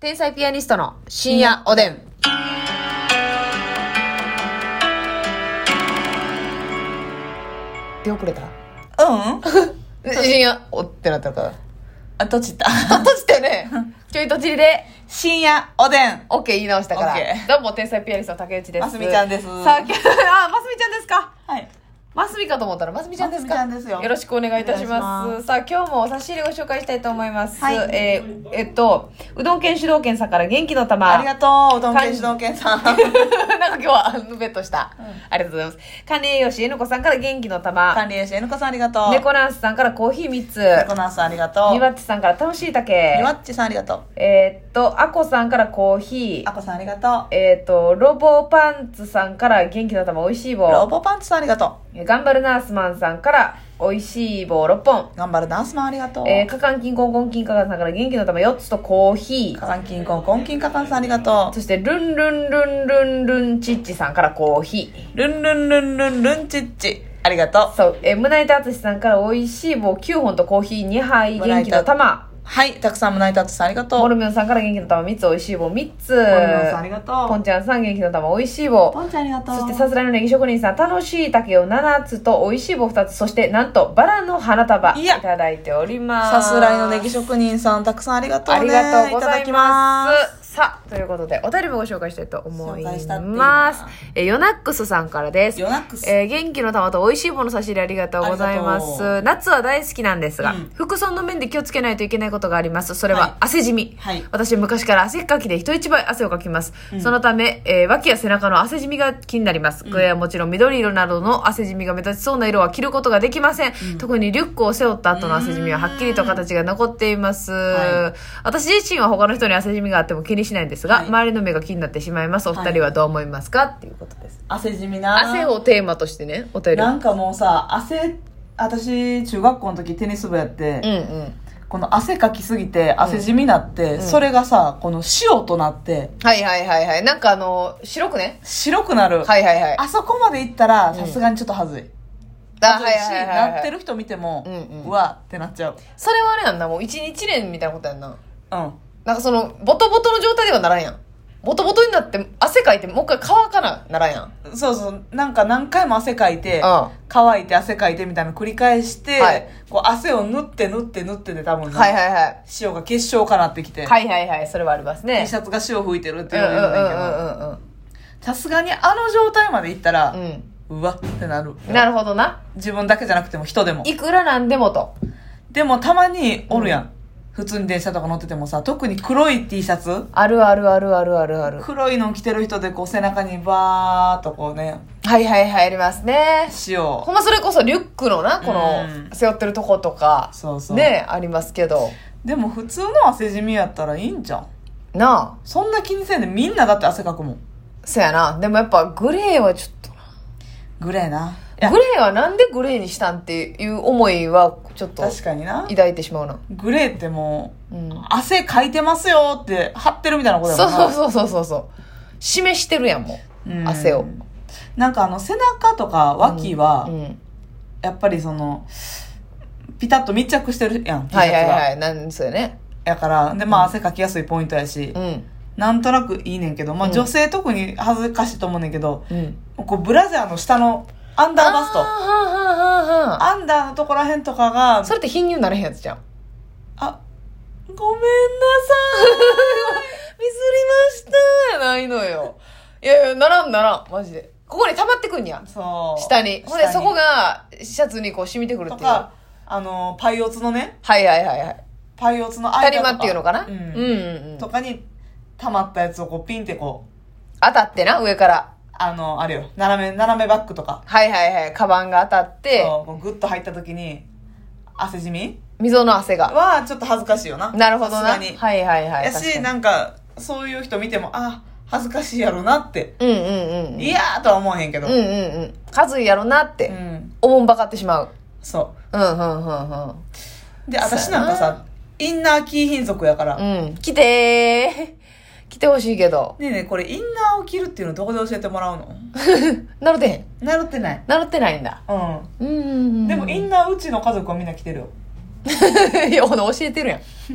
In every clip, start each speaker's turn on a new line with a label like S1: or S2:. S1: 天才ピアニストの深夜おでん。出遅れた
S2: うん
S1: 深夜おってなったから。
S2: あ、閉じた。
S1: 閉じたよね。 ちょいとちりで、
S2: 深夜おでん。
S1: オッケー言い直したから
S2: オッケ。ー
S1: どうも、天才ピアニストの竹内です。
S2: ますみちゃんです
S1: さあ、きあ、ますみちゃんですか。
S2: はい。
S1: ますみかと思ったら、ますみちゃんですか。
S2: ますみちゃんですよ
S1: ろしくお願いいたし
S2: お
S1: ます。
S2: 願いし
S1: さ
S2: ま
S1: あ、今日もお差し入れご紹介したいと思います。
S2: はい
S1: えーえっと、うどん県主導県さんから元気の玉。
S2: ありがとう、うどんけんしのけんさん。
S1: なんか今日はヌベットした、ありがとうございます管理栄養士えぬこさんから元気の玉
S2: 管理栄養士、えぬこさんありがとう。
S1: 猫
S2: 猫
S1: ナースさんからコーヒー3つ
S2: ナースさんありがとう。
S1: ニ
S2: リ
S1: ワ
S2: ワ
S1: ッチさんから楽しい竹
S2: ッチさんありがとう。
S1: えーっとあこさんからコーヒ
S2: あ
S1: ー
S2: こさんありがと。
S1: えーっとロボパンツさんから元気の玉おいしいう
S2: ロ
S1: 棒
S2: ボパンツさんありがと
S1: 頑張るナースマンさんからおいしい棒6本
S2: う。頑張るダンスマンありがとう。
S1: えー、かかんきんこんこんきんかかんさんから元気の玉4つとコーヒ
S2: か
S1: ー
S2: かんきんこんこんきんかかんさんありがと
S1: そしてルンルンルンルンルンチッチさんからコーヒー
S2: う。ルンルンルンルンルンチッチ。ありがとう。
S1: そう、えー、胸板淳さんから美味しい棒9本とコーヒー2杯
S2: 胸
S1: 元気
S2: 板
S1: の玉。
S2: はい、たくさん胸板つさんありがとう。
S1: モル
S2: ミ
S1: ミョンさんから元気の玉3つ、美味しい棒3つ。
S2: ョンさんありがとう。
S1: ポンちゃんさん元気の玉美味しい棒。
S2: ポンちゃんありがとう。
S1: そしてさすらいのネギ職人さん、楽しい竹を7つと美味しい棒2つ、そしてなんとバラの花束い
S2: いや
S1: ただいております。
S2: さすらいのネギ職人さん、たくさんありがとう
S1: あ
S2: ね。
S1: りがとうござ
S2: いただ
S1: い
S2: き
S1: ま
S2: ます。
S1: す。さあ、ということで、お便りもご紹介したいと思い
S2: 紹介したっていい
S1: ま
S2: な
S1: す。え、ヨナックスさんからです。
S2: ヨナックス
S1: えー元気の玉と美味しいもの差し入れありがとうございま
S2: ありがと
S1: す。夏は大好きなんですが、
S2: うん
S1: 服装の面で気をつけないといけないことがあります。それ
S2: はい
S1: は汗じみ。
S2: はい
S1: 私、昔から汗っかきで人一倍汗をかきます。そのため、えー脇や背中の汗じみが気になります。上はもちろん緑色などの汗じみが目立ちそうな色は着ることができません。特にリュックを背負った後の汗じみははっきりと形が残っています。
S2: は
S1: 私自身は他の人に汗じみがあっても気にしないんですが、
S2: はい
S1: 周りの目が気になってしまいます。お二人はどう思いますか、っていうことです。
S2: 汗じみな。
S1: 汗をテーマとしてね、お便りを
S2: なんかもうさ、汗、私、中学校の時テニス部やって、
S1: うんうん。
S2: この汗かきすぎて、汗じみなって、それがさ、この塩となって、
S1: はいはいはいはい。なんかあの、白くね。
S2: 白くなる。
S1: はいはいはい。
S2: あそこまでいったら、さすがにちょっとはずい。
S1: あ
S2: はずいし、なって
S1: る。
S2: る人見ても、
S1: う
S2: うん
S1: うん
S2: わってなっちゃう。
S1: それはあれやんな、もう一日連みたいなことやんな。
S2: うん。
S1: なんかその、ボトボトの状態ではならんやん。ボトボトになって、汗かいて、もう一回乾かな、ならんやん。
S2: そうそうなんか何回も汗かいて、
S1: うん
S2: 乾いて汗かいてみたいなの繰り返して、
S1: はい
S2: こう汗を塗って塗って塗ってで多分ね、
S1: はいはいはい。
S2: 塩が結晶かなってきて、
S1: はいはいはい、それはありますね
S2: T。シャツが塩吹いてるって
S1: うん
S2: いう
S1: うん
S2: の
S1: うん
S2: 言うねんけどさすがにあの状態までいったら、
S1: うんうん。
S2: うわってなる
S1: うん。なるほどな。
S2: 自分だけじゃなくても人でも
S1: いくらなんでもと。
S2: でもたまにおるやん、普通に電車とか乗っててもさ特に黒い T シャツ
S1: あるあるあるあるあるある。
S2: 黒いの着てる人でこう背中にバーっとこうね
S1: はいはいはい、ありますね。
S2: 塩
S1: ほんまそれこそリュックのな、この
S2: うん、
S1: 背負ってるとことか、
S2: そうそう
S1: ね、ありますけど。
S2: でも普通の汗じみやったらいいんじゃん
S1: なあ、
S2: そんな気にせんでみんなだって汗かくもん
S1: そやな。でもやっぱグレーはちょっと
S2: グレーない
S1: な。グレーはなんでグレーにしたんっていう思いは、ちょっと
S2: 確かにな
S1: 抱いてしまうな。
S2: グレーってもう
S1: うん。
S2: 汗かいてますよって貼ってるみたいなことやも
S1: そ
S2: ん
S1: う
S2: な
S1: そうそうそうそうそう。示してるやん、も
S2: う
S1: う。
S2: ん
S1: 汗を。
S2: なんかあの背中とか脇は
S1: うん。
S2: やっぱりそのピタッと密着してるやん T シャ
S1: はい
S2: ツが、
S1: はいはい。なんですよね。
S2: やからでまあ汗かきやすいポイントやし、
S1: うん。
S2: なんとなくいいねんけど、ま
S1: う
S2: あ、
S1: ん
S2: 女性特に恥ずかしいと思うねんけど、
S1: うん。
S2: こうブラジャーの下のアンダーバス
S1: あー
S2: ト
S1: はんはんはんはん
S2: アンダーのとこらへんとかが
S1: それって貧乳になれへんやつじゃん。
S2: あごめんなさい
S1: ミスりましたじゃないのよ。いやいや、ならんならん、マジで。ここに溜まってくんや。
S2: そう
S1: 下に。ほんで、そこが、シャツにこう染みてくるっ
S2: と
S1: ていう。は
S2: かあのパイオツのね
S1: いはいはいはい。
S2: パイオツの
S1: タ
S2: 間
S1: リ
S2: と
S1: マ
S2: か
S1: っていうのかな、
S2: う
S1: うん、うん
S2: ん
S1: うん
S2: と
S1: 当
S2: かに溜まったやつをこうピンってこう
S1: たってな、上から。
S2: あのあれよ斜め斜めバッグとか
S1: はいはいはい。カバンが当たって、
S2: そうこうグッと入った時に汗じみ
S1: 溝の汗が。
S2: はちょっと恥ずかしいよな
S1: なるほどな。は
S2: さすが
S1: い
S2: に
S1: はいはい。確
S2: や
S1: か
S2: し
S1: に
S2: なんかそういう人見てもあ恥ずかしいやろなって
S1: うんうんうん。
S2: いやーとは思わへんけど
S1: うんうんうん。数やろなっ
S2: う
S1: て、
S2: ん
S1: おもんばかってしまう。
S2: そ
S1: うんうんうんうん。
S2: うで私なんかさインナーキー貧族やから
S1: うん。来てー。 来てほしいけど。
S2: ねえねえこれインナーを着るっていうのどこで教えてもらう の
S1: なるてへん。
S2: 習ってない
S1: なるってないんだ。
S2: うん
S1: うんうんうん。
S2: でもインナーうちの家族はみんな来てるよ
S1: いや、ほな教えてるやん。教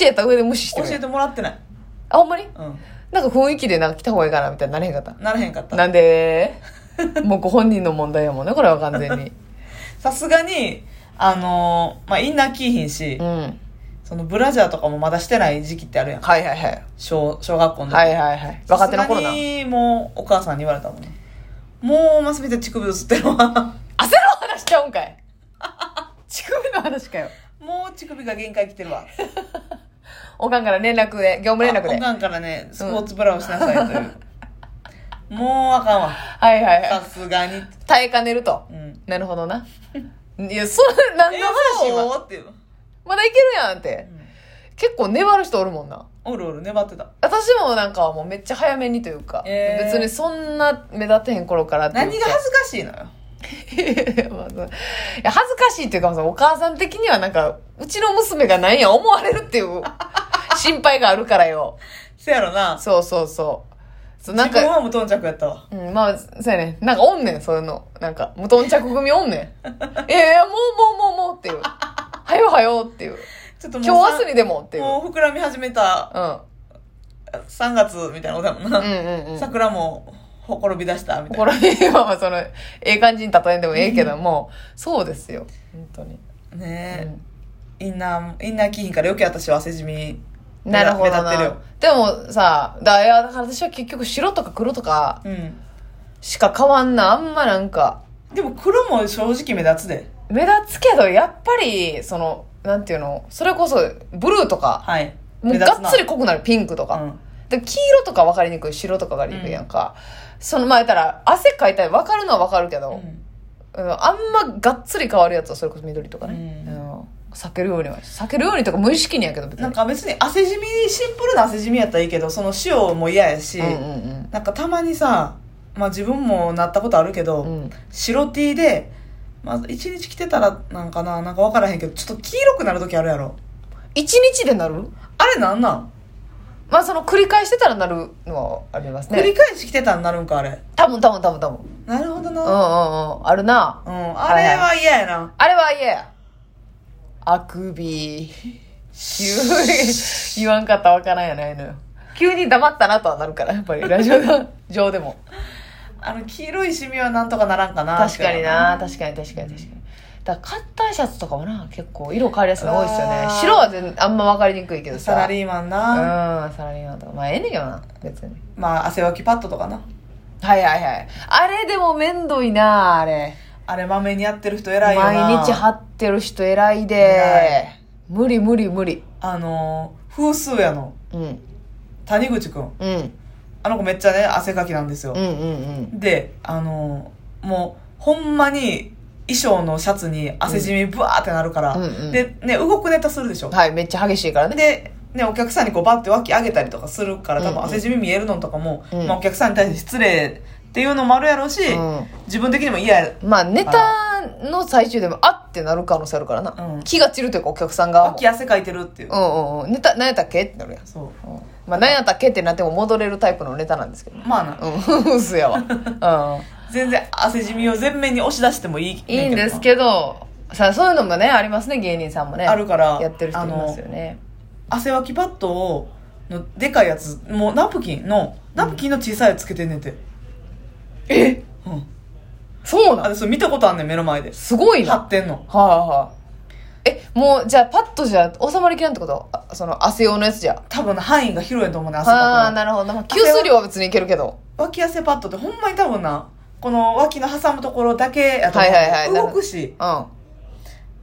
S1: えた上で無視して
S2: 教
S1: るや
S2: え
S1: ん。
S2: てもらってない
S1: あ、ほんまに
S2: う
S1: なんか雰囲気でなんか来た方がいいかなみたいになれへんかった
S2: ん。ならへんかった。
S1: なんで もうご本人の問題やもんね、これは 完全に。
S2: さすがに、あのーまあ、インナー着いひんし
S1: う、ん。
S2: そのブラジャーとかもまだしてない時期ってあるやん。
S1: はいはいはい。
S2: 小、小学校の時。
S1: はいはいはい。若手の頃な。
S2: さすが
S1: 焦
S2: にもうお母さんに言われたもんね。もう、ますみて乳首映ってるわ。
S1: る 話しちゃうんかい。乳首の話かよ。
S2: もう乳首が限界来てるわ。
S1: おかんから連絡で、業務連絡
S2: あ
S1: で
S2: お。かんからね、スポーツブラをしなさいという。もうあかんわ。
S1: はいはいは
S2: さ
S1: い。
S2: すがに。
S1: 耐えかねると。
S2: うん。
S1: なるほどな。いや、それ、なんの話
S2: え
S1: 今。
S2: そうっていう。
S1: まだいけるやんって
S2: う。ん
S1: 結構粘る人おるもんな。
S2: おるおる、粘ってた。
S1: 私もなんかもうめっちゃ早めにというか、
S2: えー
S1: 別にそんな目立ってへん頃からっていうか
S2: 何が恥ずかしいのよ。
S1: い やまあそういや恥ずかしいっていうかそのお母さん的にはなんかうちの娘が何や思われるっていう 心配があるからよ
S2: せやろな。
S1: そうそうそうそうなん
S2: 自分
S1: か、
S2: は無頓着やったわ。
S1: うん、まあそうやねなんかおんねんそういうのなんか無頓着組おんねんええもうもうもうもうっていうはよはよっていう
S2: ちょっともう
S1: 今日明日にでもっていう、
S2: もう膨らみ始めた
S1: うん、うん
S2: 3月みたいなことやもんな。
S1: うんうん
S2: 桜もほころび出したみたい
S1: ほ
S2: な。
S1: ら今はそのええ感じに例えんでもええけどもそうですよ本当に、
S2: ねえ
S1: うん
S2: インナー、インナー着ひんから余計私は汗じみ。
S1: なるほど
S2: 目立
S1: な。でもさ、だいやだから私は結局白とか黒とか
S2: ってるよ。
S1: しか変わんな。あんまなんか、
S2: うん。でも黒も正直目立つで。
S1: 目立つけど、やっぱり、その、なんていうの、それこそ、ブルーとか、
S2: はい。
S1: もう
S2: 目
S1: が
S2: 立つな
S1: っつり濃くなる、ピンクとか。
S2: う
S1: で黄色とか分かりにくい、白とか分かりにくいやんか。その、まあ、言ったら、汗かいたり分かるのは分かるけ
S2: ん
S1: ど、うんあんまがっつり変わるやつは、それこそ緑とかね。
S2: う
S1: うん避けるようには、避けるようにとか無意識にやけど、別に。
S2: なんか別に汗じみ、シンプルな汗じみやったらいいけど、その塩も嫌やし、
S1: うんうん
S2: なんかたまにさ、まあ自分もなったことあるけど、
S1: うん。うん。
S2: 白 T で、まあ一日着てたらなんかな、なんかわからへんけど、ちょっと黄色くなる時あるやろ。
S1: 一日でなる
S2: あれなんなん、
S1: まあその繰り返してたらなるのはあります
S2: 繰り
S1: ね。
S2: 返し着てたらなるんか、あれ。
S1: 多分多分多分多分。うん
S2: なるほ
S1: うん
S2: ど
S1: う
S2: な。
S1: ん。あるな。
S2: うん。あれは嫌やな。
S1: あれは嫌や。あくび。急に言わんかったらわからんやないのよ。急に黙ったなとはなるから、やっぱりラジオ上でも。
S2: あの、黄色いシミはなんとかならんか な。
S1: 確かにな。確かに確かに確かに。だからカッターシャツとかもな、結構色変わりやすいの多いですよね
S2: あ。ー
S1: 白は全あんまわかりにくいけどさ。
S2: サラリーマン
S1: うん、
S2: な。
S1: サラリーマンとか。まあええねんけどな、別に。
S2: まあ、汗わきパッドとかな。
S1: はいはいはい。あれでもめんどいな、あれ。
S2: あれ、まめにやってる人偉いよな。
S1: 毎日貼ってる人偉い
S2: 偉
S1: で無理無理無理
S2: あのー、風数やの。
S1: うん
S2: 谷口くん。
S1: うんうん
S2: あの子めっちゃね、汗かきなんですよ
S1: う。んうん
S2: で、あのー、もう、ほんまに、衣装のシャツに汗じみブワーってなるから、
S1: うんうん
S2: で、ね、動くネタするでしょ。
S1: はいめっちゃ激しいからね
S2: で、ね、お客さんにこうバッて脇上げたりとかするから、多
S1: うんう
S2: 分
S1: ん
S2: 汗じみ見えるのとかも、
S1: うん
S2: まあお客さんに対して失礼っていうのもあるやろうし、
S1: う
S2: 自分的にも嫌や
S1: んまあネタの最中でもあってなる可能性あるからな、
S2: うん
S1: 気が散るというかお客さん側も
S2: 脇汗かいてるっていう、
S1: うんうんうんネタ何やったっけってなるやん、
S2: そう
S1: うんまあ、何やったっけってなっても戻れるタイプのネタなんですけど
S2: まあな
S1: うん 嘘やわ、うん
S2: 全然汗じみを全面に押し出してもいい
S1: いいんですけどさあそういうのもねありますね芸人さんもね
S2: あるから
S1: やってる人
S2: あ
S1: います
S2: の
S1: よね
S2: 汗わきパッドをのでかいやつもうナプキンのナプキンの小さいやつつけてんねんて、
S1: え
S2: うん、
S1: そうな
S2: あ
S1: の
S2: でそれ見たことあんねん目の前です
S1: ごいな
S2: 貼ってんの
S1: はい、はい。え、もう、じゃあ、パッとじゃ収まりきらんってことあその、汗用のやつじゃ。
S2: 多分範囲が広いと思うね汗
S1: ああー、
S2: か
S1: なるほど。まあ吸水量は別にいけるけど。
S2: くの脇汗パッドってほんまに多分なこの脇の挟むところだけやと思う、
S1: はいはいはいなる
S2: 動くし
S1: うん。あ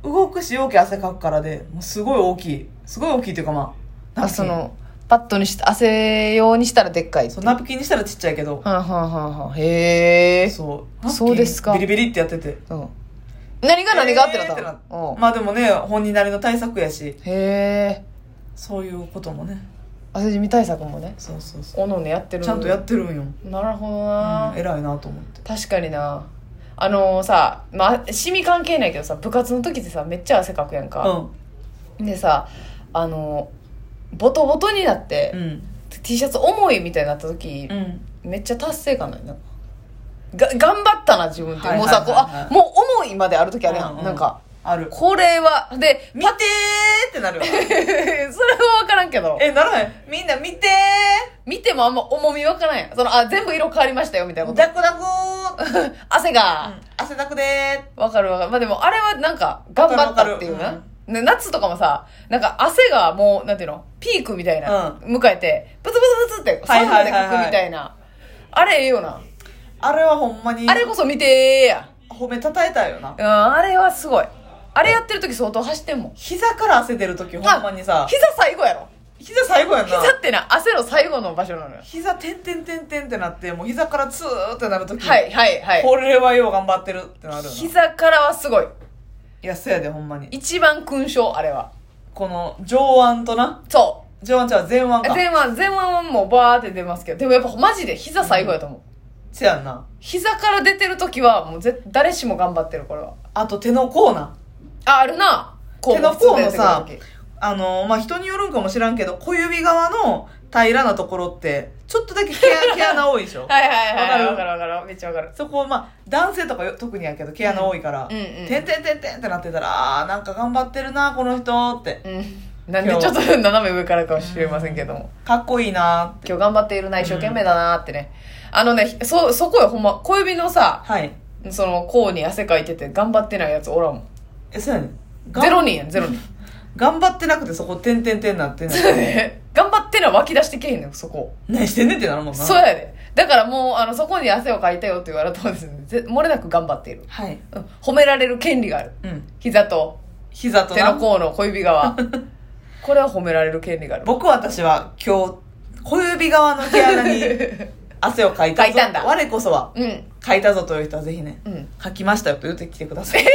S2: 動くし容器汗かくからでもうすごい大きいすごい大きいっていうかまあナプキン
S1: その、パッとにし、汗用にしたらでっかいってい。
S2: そううナプキンにしたらちっちゃいけど
S1: はんはんはんはん。へえ。
S2: そう
S1: そうですか
S2: ナプキンビリビリってやってて
S1: うん。何が何がってなった
S2: えー
S1: の
S2: ってな
S1: うん。
S2: まあでもね本人なりの対策やし
S1: へえ。
S2: そういうこともね
S1: 汗染み対策もね。
S2: そうそうそ
S1: おのおのやって
S2: う
S1: る。
S2: ちゃんとやってるんよ、
S1: なるほど
S2: うん
S1: な、
S2: 偉いなと思って
S1: 確かにな。あのさ、まあ、シミ関係ないけどさ、部活の時ってさ、めっちゃ汗かくやんか。
S2: う
S1: でさあのボトボトになって、
S2: んうん
S1: T シャツ重いみたいになった時、
S2: うん
S1: めっちゃ達成感ないなが頑張ったな自分って、
S2: はいは
S1: も
S2: い
S1: う
S2: はいは
S1: さ
S2: い
S1: こうあもう重いまである時あるやん、
S2: うんうん
S1: なんか
S2: ある。
S1: これは、で、
S2: 見てーってなる わ。
S1: それは分からんけど。
S2: え、ならへん。みんな見て
S1: 見てもあんま重み分からんやん。その、あ、全部色変わりましたよ、みたい
S2: ー
S1: なこ
S2: ダクダクー、
S1: と。 汗が。
S2: 汗だくで
S1: わかるわかる。まあでも、あれはなんか、頑張ったっていう
S2: わかるわ
S1: な
S2: か。
S1: ね、夏とかもさ、なんか汗がもう、なんていうのピークみたいな。迎えて、ブツブツブツって、
S2: は
S1: サ
S2: い
S1: ウ
S2: は
S1: ナ
S2: いは
S1: で
S2: いはい
S1: 書くみたいな。あれええよな。
S2: ーあれはほんまに
S1: あ、れこそ見てーや。
S2: 褒めたたえたいよな
S1: う。ん、あれはすごい。あれやってる時相当走ってんもん。
S2: 膝から汗出るときほんまにさ、
S1: 膝最後やろ。
S2: 膝最後やんな。
S1: 膝ってな、汗の最後の場所なのよ。
S2: 膝てんてんてんてんってなって、もう膝からツーってなるとき、
S1: はい、はい、はい。
S2: これはよう頑張ってるってなるよな。い
S1: 膝からはすごい。
S2: や、そやでほんまに。
S1: 一番勲章、あれは。
S2: この上腕とな、
S1: そう。
S2: 上腕ちゃう前腕か。
S1: 前腕、前腕はもうバーって出ますけど、でもやっぱマジで膝最後やと思う。
S2: せやんな。
S1: 膝から出てる時は、もうぜ誰しも頑張ってる、これは。
S2: あと手の甲な。
S1: あ、あるな。
S2: 手の甲のさ
S1: 普通で出てくる時
S2: あの、まあ、人によるんかもしらんけど、小指側の平らなところって、ちょっとだけ毛毛穴多いでしょ
S1: はいはいはい。
S2: わ
S1: わ
S2: か
S1: か
S2: る
S1: るわかる。めっちゃわかる。
S2: そこ、まあ、男性とかよ特にやけど、毛穴多いから、
S1: うんうんうん
S2: てんてんてんてんってなってたら、あーなんか頑張ってるな、この人って。
S1: うん。なんでちょっと斜め上からかもしれませんけども。
S2: かっこいいなって。
S1: 今日頑張っているな、一生懸命だなってね。あのね、そ、そこよ、ほんま、小指のさ、
S2: はい。
S1: その、甲に汗かいてて頑張ってないやつおらんもん。
S2: え、そうやねん。がん
S1: ゼロ人やん、ゼロ人。
S2: 頑張ってなくてそこ、てんてんてんなってんねん
S1: そうやね 頑張ってない湧き出してけへんねん、そこ。
S2: 何してんねんってなるもんな。
S1: そうやで。だからもう、あの、そこに汗をかいたよって言われたんですね。ぜ漏れなく頑張っている。
S2: はい。
S1: うん褒められる権利がある。
S2: うん。
S1: 膝と
S2: 膝と
S1: 手
S2: な
S1: の甲の小指 側。これは褒められる権利がある。
S2: 僕私は今日、小指側の毛穴に 汗をかいた
S1: か
S2: ぞ。
S1: いたんだ
S2: 我こそは、
S1: うん。
S2: かいたぞという人はぜひね、
S1: うん。
S2: 書きましたよと言ってきてください。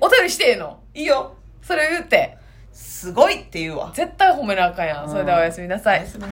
S1: お便りしてええの
S2: いいよ。
S1: それを言って。
S2: すごいって言うわ。
S1: 絶対褒めなあかんやん。それではおやすみなさい。
S2: おやすみ